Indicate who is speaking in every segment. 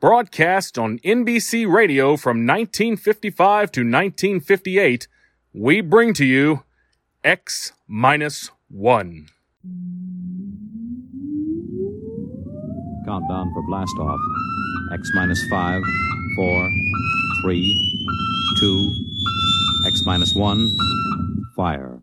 Speaker 1: broadcast on NBC Radio from 1955 to 1958, we bring to you X minus one.
Speaker 2: Countdown for blast off. X minus five, four, three, two, X minus one, fire.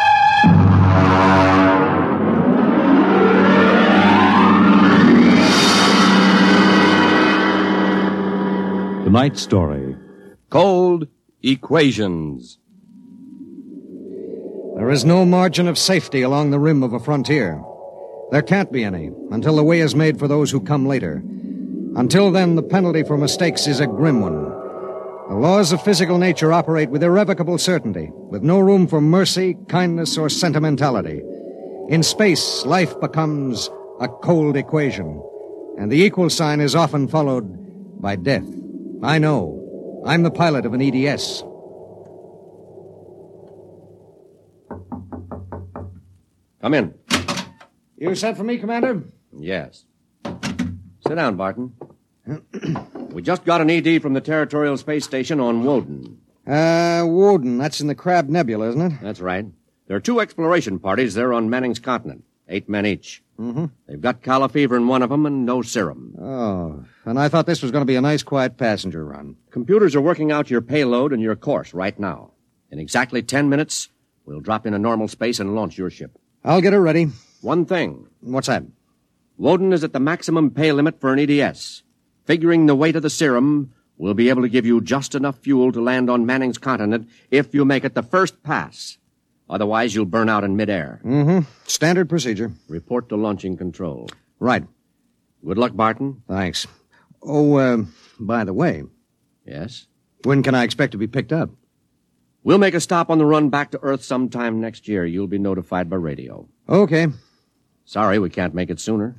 Speaker 2: tonight's story.
Speaker 3: Cold equations.
Speaker 4: There is no margin of safety along the rim of a frontier. There can't be any until the way is made for those who come later. Until then, the penalty for mistakes is a grim one. The laws of physical nature operate with irrevocable certainty, with no room for mercy, kindness, or sentimentality. In space, life becomes a cold equation, and the equal sign is often followed by death. I know. I'm the pilot of an EDS.
Speaker 3: Come in.
Speaker 4: You sent for me, Commander?
Speaker 3: Yes. Sit down, Barton. we just got an ED from the Territorial Space Station on Woden.
Speaker 4: Uh, Woden. That's in the Crab Nebula, isn't it?
Speaker 3: That's right. There are two exploration parties there on Manning's continent, eight men each. Mm-hmm. They've got calla fever in one of them and no serum.
Speaker 4: Oh, and I thought this was going to be a nice, quiet passenger run.
Speaker 3: Computers are working out your payload and your course right now. In exactly ten minutes, we'll drop into normal space and launch your ship.
Speaker 4: I'll get her ready.
Speaker 3: One thing
Speaker 4: What's that?
Speaker 3: Woden is at the maximum pay limit for an EDS. Figuring the weight of the serum, we'll be able to give you just enough fuel to land on Manning's continent if you make it the first pass. Otherwise, you'll burn out in midair.
Speaker 4: Hmm. Standard procedure.
Speaker 3: Report to launching control.
Speaker 4: Right.
Speaker 3: Good luck, Barton.
Speaker 4: Thanks. Oh, uh, by the way,
Speaker 3: Yes.
Speaker 4: when can I expect to be picked up?
Speaker 3: We'll make a stop on the run back to Earth sometime next year. You'll be notified by radio.
Speaker 4: Okay.
Speaker 3: Sorry, we can't make it sooner.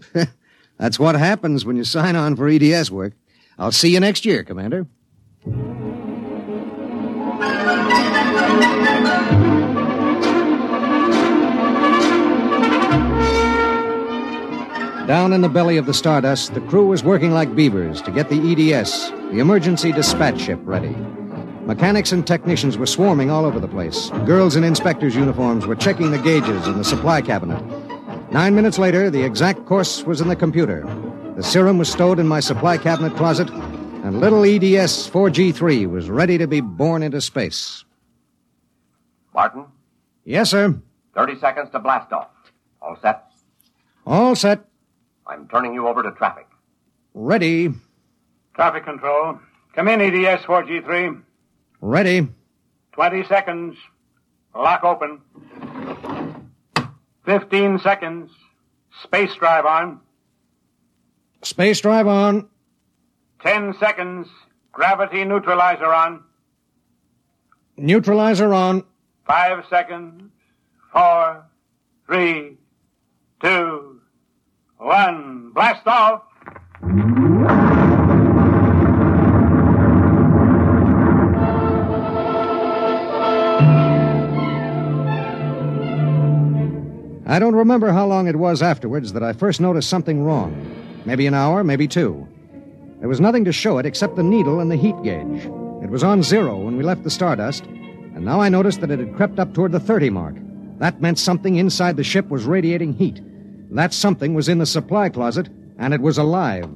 Speaker 4: That's what happens when you sign on for EDS work. I'll see you next year, Commander. Down in the belly of the Stardust, the crew was working like beavers to get the EDS, the emergency dispatch ship, ready. Mechanics and technicians were swarming all over the place. Girls in inspectors' uniforms were checking the gauges in the supply cabinet. Nine minutes later, the exact course was in the computer. The serum was stowed in my supply cabinet closet, and little E EDS 4G3 was ready to be born into space.
Speaker 5: Martin,
Speaker 4: Yes, sir.
Speaker 5: 30 seconds to blast off. All set?
Speaker 4: All set.
Speaker 5: I'm turning you over to traffic.
Speaker 4: Ready.
Speaker 6: Traffic control. Come in, E EDS 4G3.
Speaker 4: Ready.
Speaker 6: 20 seconds. Lock open. 15 seconds. Space drive on.
Speaker 4: Space drive on.
Speaker 6: 10 seconds. Gravity neutralizer on.
Speaker 4: Neutralizer on.
Speaker 6: 5 seconds. Four, three, two, one. Blast off!
Speaker 4: I don't remember how long it was afterwards that I first noticed something wrong. Maybe an hour, maybe two. There was nothing to show it except the needle and the heat gauge. It was on zero when we left the Stardust, and now I noticed that it had crept up toward the 30 mark. That meant something inside the ship was radiating heat. That something was in the supply closet, and it was alive.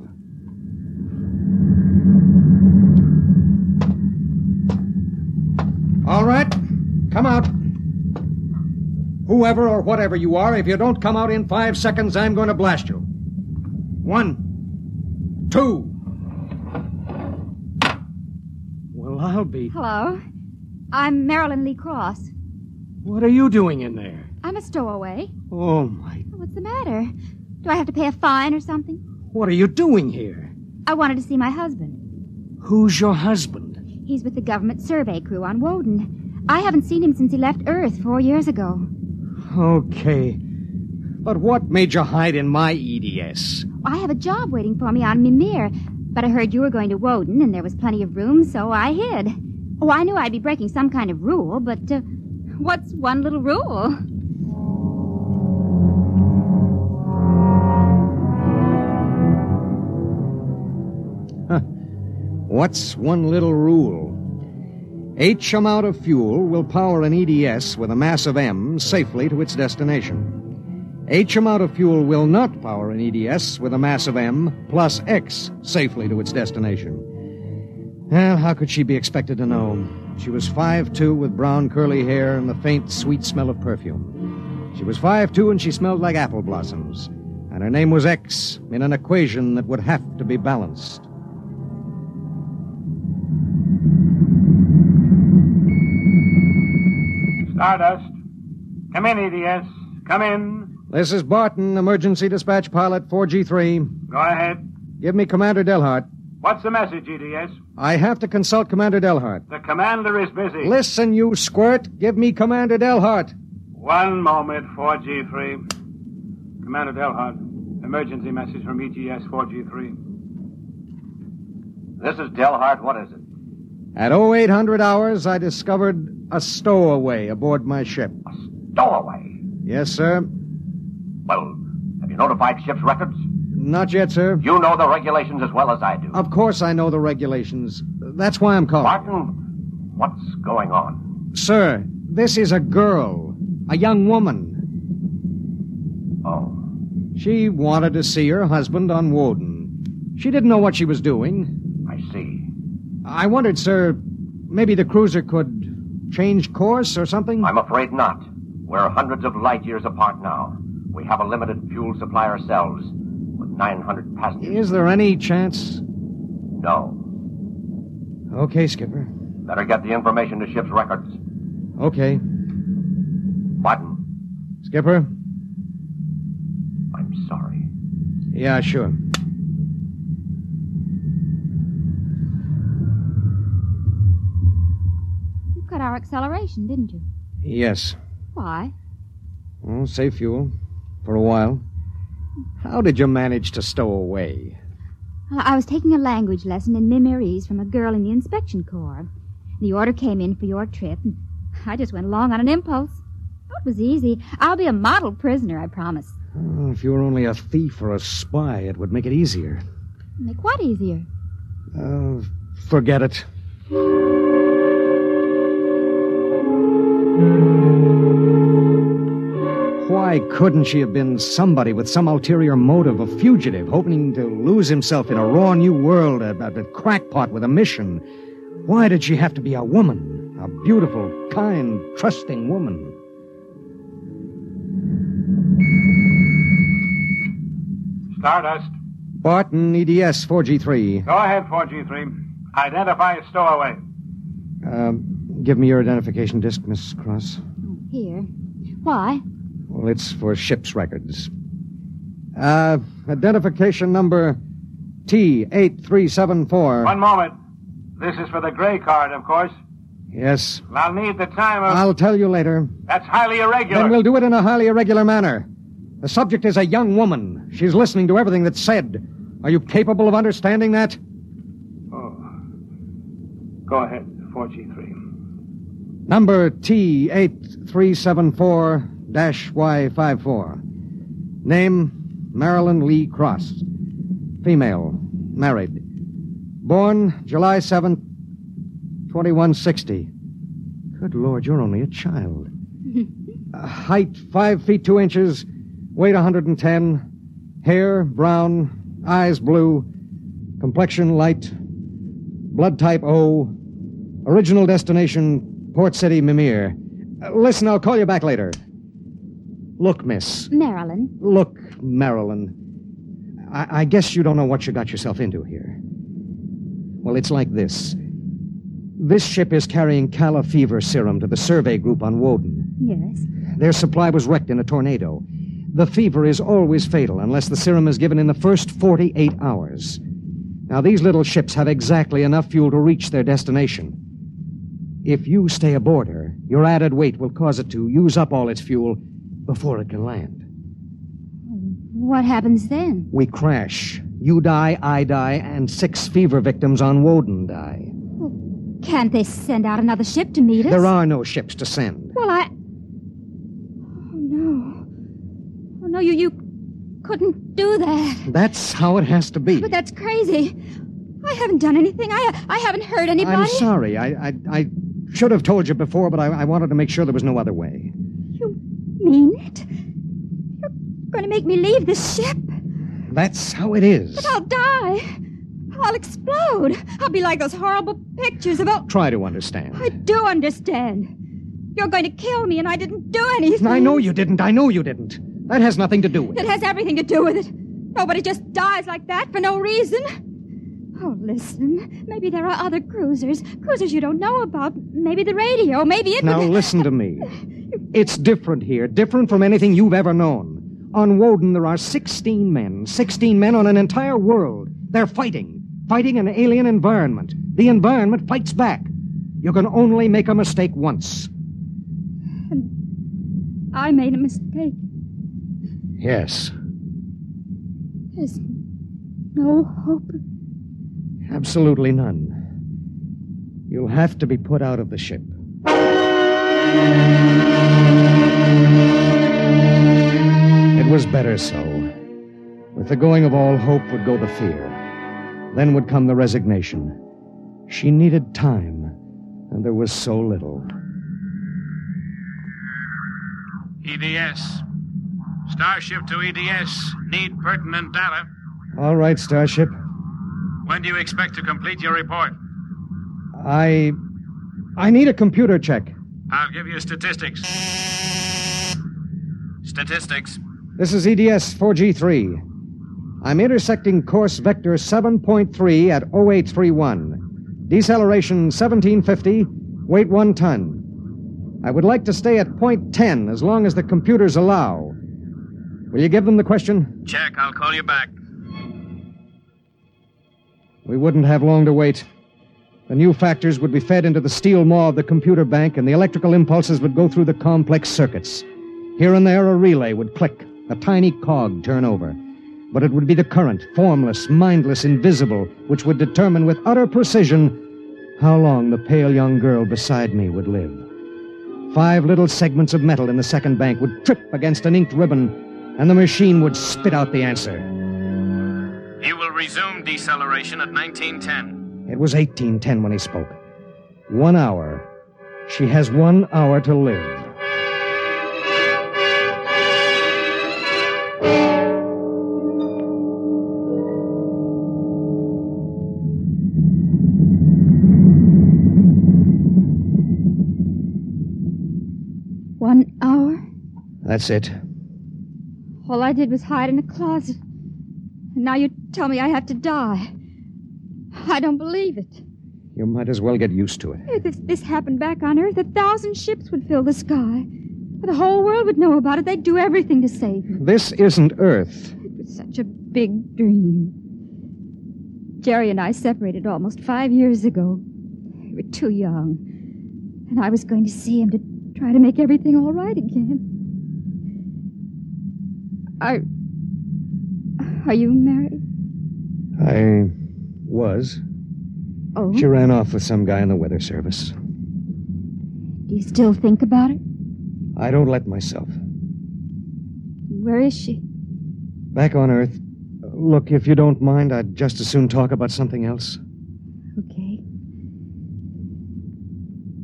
Speaker 4: All right, come out. Whoever or whatever you are, if you don't come out in five seconds, I'm going to blast you. One, two.
Speaker 7: Well, I'll be.
Speaker 8: Hello. I'm Marilyn Lee Cross.
Speaker 7: What are you doing in there?
Speaker 8: I'm a stowaway.
Speaker 7: Oh, my.
Speaker 8: What's the matter? Do I have to pay a fine or something?
Speaker 7: What are you doing here?
Speaker 8: I wanted to see my husband.
Speaker 7: Who's your husband?
Speaker 8: He's with the government survey crew on Woden. I haven't seen him since he left Earth four years ago.
Speaker 7: Okay.
Speaker 4: But what made you hide in my E EDS?
Speaker 8: I have a job waiting for me on Mimir, but I heard you were going to Woden and there was plenty of room, so I hid. Oh, I knew I'd be breaking some kind of rule, but uh, what's one little rule?
Speaker 4: What's one little rule? H amount of fuel will power an EDS with a mass of M safely to its destination. H amount of fuel will not power an EDS with a mass of M plus X safely to its destination. Well, how could she be expected to know? She was 5'2 with brown curly hair and the faint, sweet smell of perfume. She was 5'2 and she smelled like apple blossoms. And her name was X in an equation that would have to be balanced.
Speaker 6: Stardust. Come in, EDS. Come in.
Speaker 4: This is Barton, emergency dispatch pilot 4G3.
Speaker 6: Go ahead.
Speaker 4: Give me Commander Delhart.
Speaker 6: What's the message, EDS?
Speaker 4: I have to consult Commander Delhart.
Speaker 6: The commander is busy.
Speaker 4: Listen, you squirt. Give me Commander Delhart.
Speaker 6: One moment, 4G3. Commander Delhart, emergency message from E ETS 4G3.
Speaker 9: This is Delhart. What is it?
Speaker 4: At 0800 hours, I discovered a stowaway aboard my ship.
Speaker 9: Stowaway.
Speaker 4: Yes, sir.
Speaker 9: Well, have you notified ship's records?
Speaker 4: Not yet, sir.
Speaker 9: You know the regulations as well as I do.
Speaker 4: Of course I know the regulations. That's why I'm calling.
Speaker 9: Martin, what's going on?
Speaker 4: Sir, this is a girl, a young woman.
Speaker 9: Oh,
Speaker 4: She wanted to see her husband on Woden. She didn't know what she was doing.
Speaker 9: I see.
Speaker 4: I wondered, sir, maybe the cruiser could change course or something?
Speaker 9: I'm afraid not. We're hundreds of light years apart now. We have a limited fuel supply ourselves, with 900 passengers.
Speaker 4: Is there any chance?
Speaker 9: No.
Speaker 4: Okay, Skipper.
Speaker 9: Better get the information to ship's records.
Speaker 4: Okay.
Speaker 9: Martin,
Speaker 4: Skipper?
Speaker 9: I'm sorry.
Speaker 4: Yeah, sure.
Speaker 8: You cut our acceleration, didn't you?
Speaker 4: Yes.
Speaker 8: Why?
Speaker 4: Well, save fuel. For a while. How did you manage to stow away?
Speaker 8: Well, I was taking a language lesson in Mimirese from a girl in the inspection corps. The order came in for your trip, and I just went along on an impulse. Oh, It was easy. I'll be a model prisoner, I promise.
Speaker 4: Oh, if you were only a thief or a spy, it would make it easier.
Speaker 8: Make what easier?
Speaker 4: Uh, forget it. Why couldn't she have been somebody with some ulterior motive, a fugitive, hoping to lose himself in a raw new world, a, a- a crackpot with a mission? Why did she have to be a woman? A beautiful, kind, trusting woman.
Speaker 6: Stardust.
Speaker 4: Barton, E EDS 4G3.
Speaker 6: Go ahead, 4G3. Identify a stowaway.
Speaker 4: Uh, give me your identification disc, Miss Cross.
Speaker 8: Here. Why?
Speaker 4: Well, it's for ship's records. Uh, identification number T8374.
Speaker 6: One moment. This is for the gray card, of course.
Speaker 4: Yes.
Speaker 6: I'll need the time of.
Speaker 4: I'll tell you later.
Speaker 6: That's highly irregular.
Speaker 4: Then we'll do it in a highly irregular manner. The subject is a young woman. She's listening to everything that's said. Are you capable of understanding that?
Speaker 6: Oh. Go ahead, 4G3.
Speaker 4: Number T8374 Y54. Name Marilyn Lee Cross. Female, married. Born July 7th, 2160. Good Lord, you're only a child. Uh, height, 5 feet 2 inches. Weight, 110. Hair, brown. Eyes, blue. Complexion, light. Blood type O. Original destination, Port City, Mimir. Uh, listen, I'll call you back later. Look, miss.
Speaker 8: Marilyn,
Speaker 4: Look, Marilyn. I, I guess you don't know what you got yourself into here. Well, it's like this. This ship is carrying Calla fever serum to the survey group on Woden.
Speaker 8: yes.
Speaker 4: Their supply was wrecked in a tornado. The fever is always fatal unless the serum is given in the first 48 hours. Now, these little ships have exactly enough fuel to reach their destination. If you stay aboard her, your added weight will cause it to use up all its fuel before it can land.
Speaker 8: What happens then?
Speaker 4: We crash. You die, I die, and six fever victims on Woden die.
Speaker 8: Can't they send out another ship to meet us?
Speaker 4: There are no ships to send.
Speaker 8: Well, I. Oh, no. Oh, no, you, you couldn't do that.
Speaker 4: That's how it has to be.
Speaker 8: But that's crazy. I haven't done anything. I, I haven't hurt anybody.
Speaker 4: I'm sorry. I, I, I should have told you before, but I, I wanted to make sure there was no other way.
Speaker 8: You mean it? You're going to make me leave this ship?
Speaker 4: That's how it is.
Speaker 8: I'll die. I'll explode. I'll be like those horrible pictures about.
Speaker 4: Try to understand.
Speaker 8: I do understand. You're going to kill me, and I didn't do anything.
Speaker 4: I know you didn't. I know you didn't. That has nothing to do with
Speaker 8: It
Speaker 4: it.
Speaker 8: has everything to do with it. Nobody just dies like that for no reason. Oh, listen. Maybe there are other cruisers. Cruisers you don't know about. Maybe the radio. Maybe it.
Speaker 4: Now listen to me. It's different here, different from anything you've ever known. On Woden, there are 16 men, 16 men on an entire world. They're fighting, fighting an alien environment. The environment fights back. You can only make a mistake once.
Speaker 8: I made a mistake.
Speaker 4: Yes,
Speaker 8: There's no hope.
Speaker 4: absolutely none. You'll have to be put out of the ship. It was better so. With the going of all hope would go the fear. Then would come the resignation. She needed time, and there was so little.
Speaker 6: EDS. E Starship to EDS. Need pertinent data.
Speaker 4: All right, Starship.
Speaker 6: When do you expect to complete your report?
Speaker 4: I. I need a computer check.
Speaker 6: I'll give you statistics. Statistics.
Speaker 4: This is E EDS 4G3. I'm intersecting course vector 7.3 at 0831. Deceleration 1750, weight 1 ton. I would like to stay at point 10 as long as the computers allow. Will you give them the question?
Speaker 6: Check. I'll call you back.
Speaker 4: We wouldn't have long to wait. The new factors would be fed into the steel maw of the computer bank, and the electrical impulses would go through the complex circuits. Here and there, a relay would click, a tiny cog turn over. But it would be the current, formless, mindless, invisible, which would determine with utter precision how long the pale young girl beside me would live. Five little segments of metal in the second bank would trip against an inked ribbon, and the machine would spit out the answer.
Speaker 6: You will resume deceleration at 1910.
Speaker 4: It was 1810 when he spoke. One hour. She has one hour to live.
Speaker 8: One hour?
Speaker 4: That's it.
Speaker 8: All I did was hide in a closet. And now you tell me I have to die. I don't believe it.
Speaker 4: You might as well get used to it.
Speaker 8: If this, this happened back on Earth, a thousand ships would fill the sky. The whole world would know about it. They'd do everything to save me.
Speaker 4: This isn't Earth.
Speaker 8: It was such a big dream. Jerry and I separated almost five years ago. We were too young. And I was going to see him to try to make everything all right again. Are. Are you married?
Speaker 4: I was.
Speaker 8: Oh.
Speaker 4: She ran off with some guy in the weather service.
Speaker 8: Do you still think about it?
Speaker 4: I don't let myself.
Speaker 8: Where is she?
Speaker 4: Back on Earth. Look, if you don't mind, I'd just as soon talk about something else.
Speaker 8: Okay.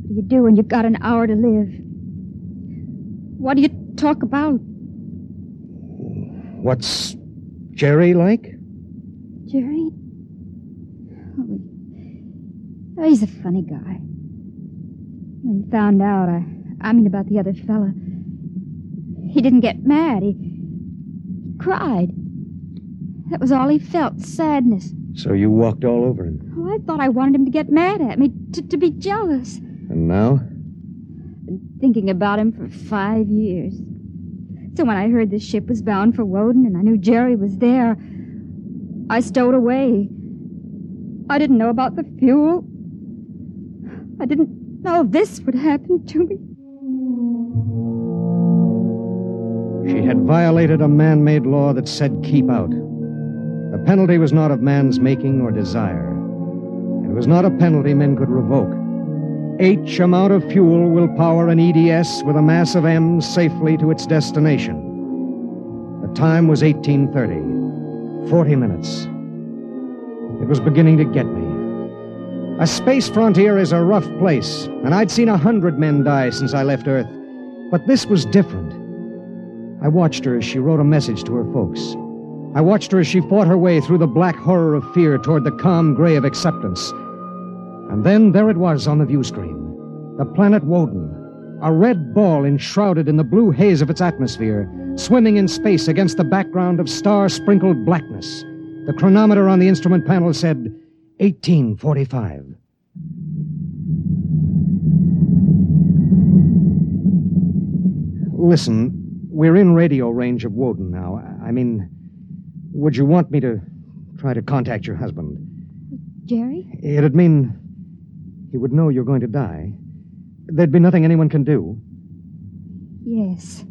Speaker 8: What do you do when you've got an hour to live? What do you talk about?
Speaker 4: What's Jerry like?
Speaker 8: Jerry? Oh, he's a funny guy. When he found out, I, I mean about the other fella, he didn't get mad. He cried. That was all he felt sadness.
Speaker 4: So you walked all over him.
Speaker 8: Oh, I thought I wanted him to get mad at me, to, to be jealous.
Speaker 4: And now?
Speaker 8: Been thinking about him for five years. So when I heard the ship was bound for Woden and I knew Jerry was there, I stowed away. I didn't know about the fuel. I didn't know this would happen to me.
Speaker 4: She had violated a man made law that said keep out. The penalty was not of man's making or desire. It was not a penalty men could revoke. H amount of fuel will power an EDS with a mass of M safely to its destination. The time was 1830. 40 minutes. It was beginning to get me. A space frontier is a rough place, and I'd seen a hundred men die since I left Earth. But this was different. I watched her as she wrote a message to her folks. I watched her as she fought her way through the black horror of fear toward the calm gray of acceptance. And then there it was on the view screen the planet Woden, a red ball enshrouded in the blue haze of its atmosphere, swimming in space against the background of star sprinkled blackness. The chronometer on the instrument panel said 1845. Listen, we're in radio range of Woden now. I mean, would you want me to try to contact your husband?
Speaker 8: Jerry?
Speaker 4: It'd mean he would know you're going to die. There'd be nothing anyone can do.
Speaker 8: Yes.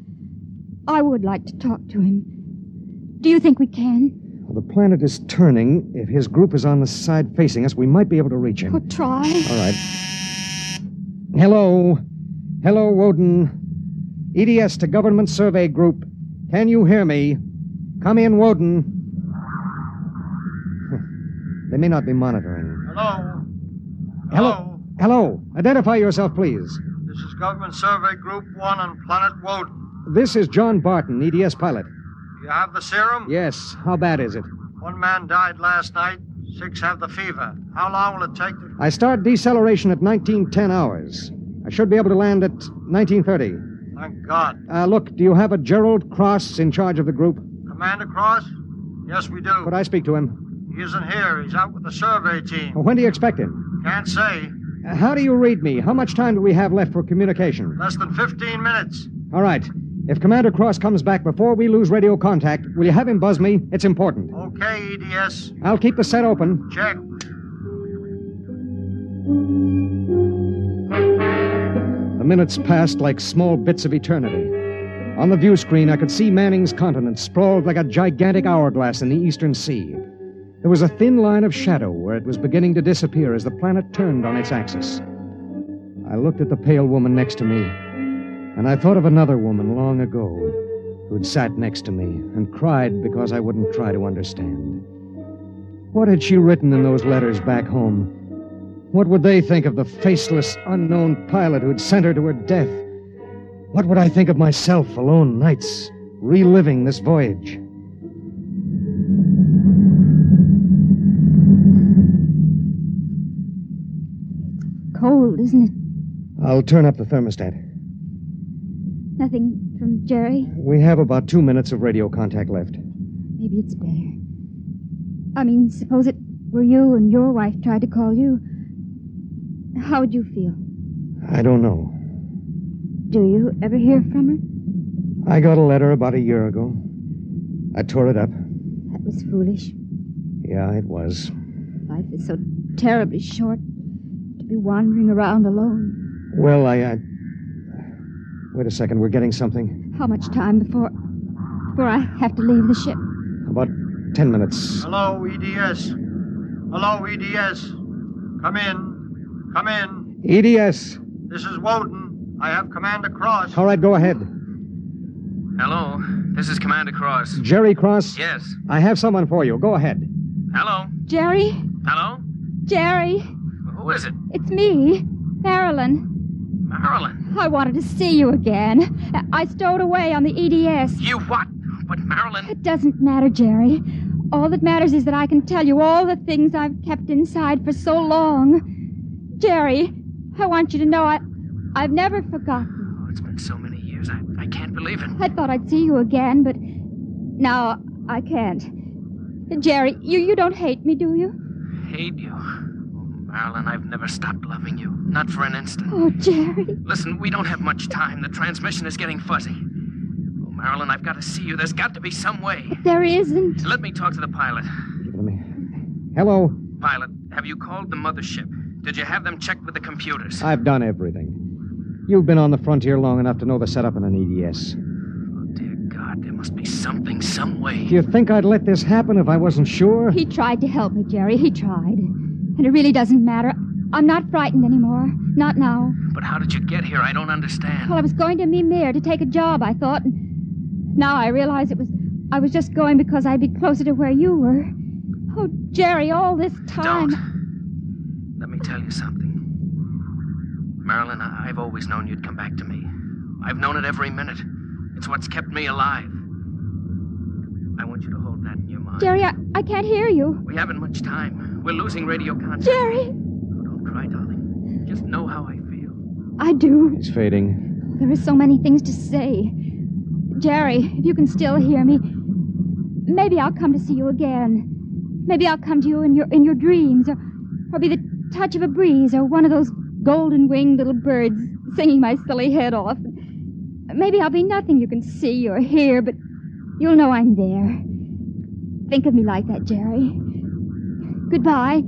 Speaker 8: I would like to talk to him. Do you think we can?
Speaker 4: Well, the planet is turning. If his group is on the side facing us, we might be able to reach him.
Speaker 8: Or try?
Speaker 4: All right. Hello. Hello, Woden. EDS to Government Survey Group. Can you hear me? Come in, Woden. Huh. They may not be monitoring.
Speaker 10: Hello?
Speaker 4: Hello? Hello. Identify yourself, please.
Speaker 10: This is Government Survey Group 1 on Planet Woden.
Speaker 4: This is John Barton, EDS pilot.
Speaker 10: You have the serum?
Speaker 4: Yes. How bad is it?
Speaker 10: One man died last night. Six have the fever. How long will it take to...
Speaker 4: I start deceleration at 1910 hours. I should be able to land at 1930.
Speaker 10: Thank God.
Speaker 4: Uh, look, do you have a Gerald Cross in charge of the group?
Speaker 10: Commander Cross? Yes, we do.
Speaker 4: Could I speak to him?
Speaker 10: He isn't here. He's out with the survey team.
Speaker 4: When do you expect him?
Speaker 10: Can't say.
Speaker 4: Uh, How do you read me? How much time do we have left for communication?
Speaker 10: Less than 15 minutes.
Speaker 4: All right. If Commander Cross comes back before we lose radio contact, will you have him buzz me? It's important.
Speaker 10: Okay, EDS.
Speaker 4: I'll keep the set open.
Speaker 10: Check.
Speaker 4: The minutes passed like small bits of eternity. On the view screen, I could see Manning's continent sprawled like a gigantic hourglass in the eastern sea. There was a thin line of shadow where it was beginning to disappear as the planet turned on its axis. I looked at the pale woman next to me, and I thought of another woman long ago who'd sat next to me and cried because I wouldn't try to understand. What had she written in those letters back home? What would they think of the faceless, unknown pilot who'd sent her to her death? What would I think of myself alone nights, reliving this voyage?
Speaker 8: Cold, isn't it?
Speaker 4: I'll turn up the thermostat.
Speaker 8: Nothing from Jerry.
Speaker 4: We have about two minutes of radio contact left.
Speaker 8: Maybe it's better. I mean, suppose it were you and your wife tried to call you. How would you feel?
Speaker 4: I don't know.
Speaker 8: Do you ever hear from her?
Speaker 4: I got a letter about a year ago. I tore it up.
Speaker 8: That was foolish.
Speaker 4: Yeah, it was.
Speaker 8: Life is so terribly short to be wandering around alone.
Speaker 4: Well, I. I... Wait a second, we're getting something.
Speaker 8: How much time before before I have to leave the ship?
Speaker 4: About ten minutes.
Speaker 10: Hello, EDS. Hello, EDS. Come in. Come in.
Speaker 4: E EDS.
Speaker 10: This is Woden. I have Commander Cross.
Speaker 4: All right, go ahead.
Speaker 11: Hello. This is Commander Cross.
Speaker 4: Jerry Cross?
Speaker 11: Yes.
Speaker 4: I have someone for you. Go ahead.
Speaker 11: Hello?
Speaker 8: Jerry?
Speaker 11: Hello?
Speaker 8: Jerry?
Speaker 11: Who is it?
Speaker 8: It's me, Marilyn.
Speaker 11: Marilyn.
Speaker 8: I wanted to see you again. I- I stowed away on the E EDS.
Speaker 11: You what? But Marilyn.
Speaker 8: It doesn't matter, Jerry. All that matters is that I can tell you all the things I've kept inside for so long. Jerry, I want you to know I, I've never forgotten.
Speaker 11: Oh, it's been so many years. I, I can't believe it.
Speaker 8: I thought I'd see you again, but now I can't. Jerry, you, you don't hate me, do you?
Speaker 11: Hate you. Oh, Marilyn, I've never stopped loving you. Not for an instant.
Speaker 8: Oh, Jerry.
Speaker 11: Listen, we don't have much time. The transmission is getting fuzzy. Oh, Marilyn, I've got to see you. There's got to be some way.
Speaker 8: There isn't.
Speaker 11: Let me talk to the pilot.
Speaker 4: Hello.
Speaker 11: Pilot, have you called the mothership? Did you have them checked with the computers?
Speaker 4: I've done everything. You've been on the frontier long enough to know the setup in an E EDS.
Speaker 11: Oh, Dear God, there must be something, some way.
Speaker 4: Do you think I'd let this happen if I wasn't sure?
Speaker 8: He tried to help me, Jerry. He tried. And it really doesn't matter. I'm not frightened anymore. Not now.
Speaker 11: But how did you get here? I don't understand.
Speaker 8: Well, I was going to Mimir to take a job, I thought. And now I realize it was. I was just going because I'd be closer to where you were. Oh, Jerry, all this time.
Speaker 11: Let me tell you something. Marilyn, I- I've always known you'd come back to me. I've known it every minute. It's what's kept me alive. I want you to hold that in your mind.
Speaker 8: Jerry, I, I can't hear you.
Speaker 11: We haven't much time. We're losing radio contact.
Speaker 8: Jerry!
Speaker 11: Don't cry, darling. Just know how I feel.
Speaker 8: I do.
Speaker 4: He's fading.
Speaker 8: There are so many things to say. Jerry, if you can still hear me, maybe I'll come to see you again. Maybe I'll come to you in your in your dreams, or, or be the touch of a breeze, or one of those golden winged little birds singing my silly head off. Maybe I'll be nothing you can see or hear, but you'll know I'm there. Think of me like that, Jerry. Goodbye.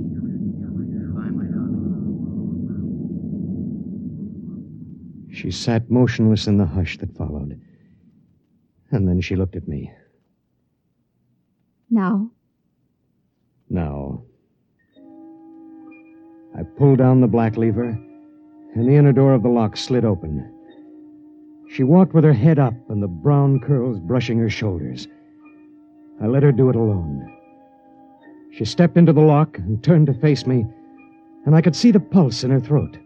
Speaker 4: She sat motionless in the hush that followed. And then she looked at me.
Speaker 8: Now,
Speaker 4: Now. I pulled down the black lever, and the inner door of the lock slid open. She walked with her head up and the brown curls brushing her shoulders. I let her do it alone. She stepped into the lock and turned to face me, and I could see the pulse in her throat.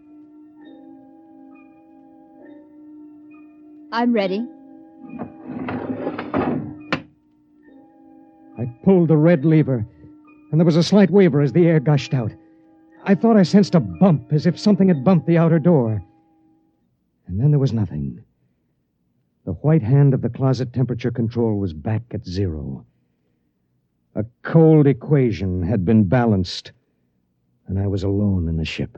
Speaker 8: I'm ready.
Speaker 4: I pulled the red lever, and there was a slight waver as the air gushed out. I thought I sensed a bump, as if something had bumped the outer door. And then there was nothing. The white hand of the closet temperature control was back at zero. A cold equation had been balanced, and I was alone in the ship.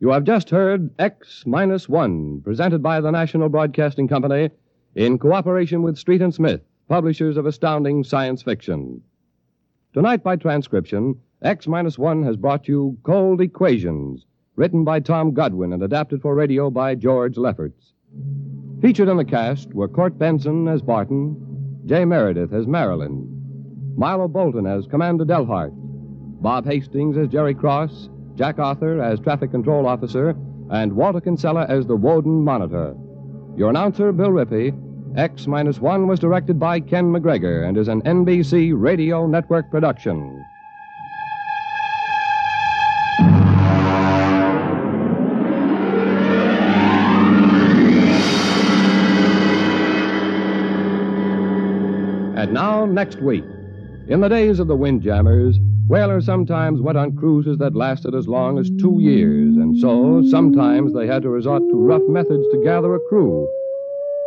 Speaker 3: You have just heard X Minus One, presented by the National Broadcasting Company in cooperation with Street and Smith, publishers of astounding science fiction. Tonight, by transcription, X Minus One has brought you Cold Equations, written by Tom Godwin and adapted for radio by George Lefferts. Featured in the cast were Court Benson as Barton, Jay Meredith as Marilyn, Milo Bolton as Commander Delhart, Bob Hastings as Jerry Cross, Jack Arthur as Traffic Control Officer, and Walter Kinsella as the Woden Monitor. Your announcer, Bill Rippey, X 1 was directed by Ken McGregor and is an NBC Radio Network production. And now, next week. In the days of the windjammers, whalers sometimes went on cruises that lasted as long as two years, and so sometimes they had to resort to rough methods to gather a crew.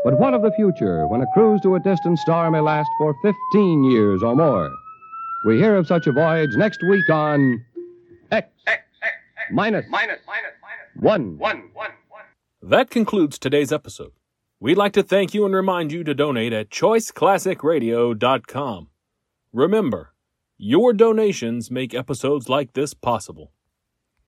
Speaker 3: But what of the future when a cruise to a distant star may last for 15 years or more? We hear of such a voyage next week on X, minus, minus, one.
Speaker 12: One, one.
Speaker 1: That concludes today's episode. We'd like to thank you and remind you to donate at choiceclassicradio.com. Remember, your donations make episodes like this possible.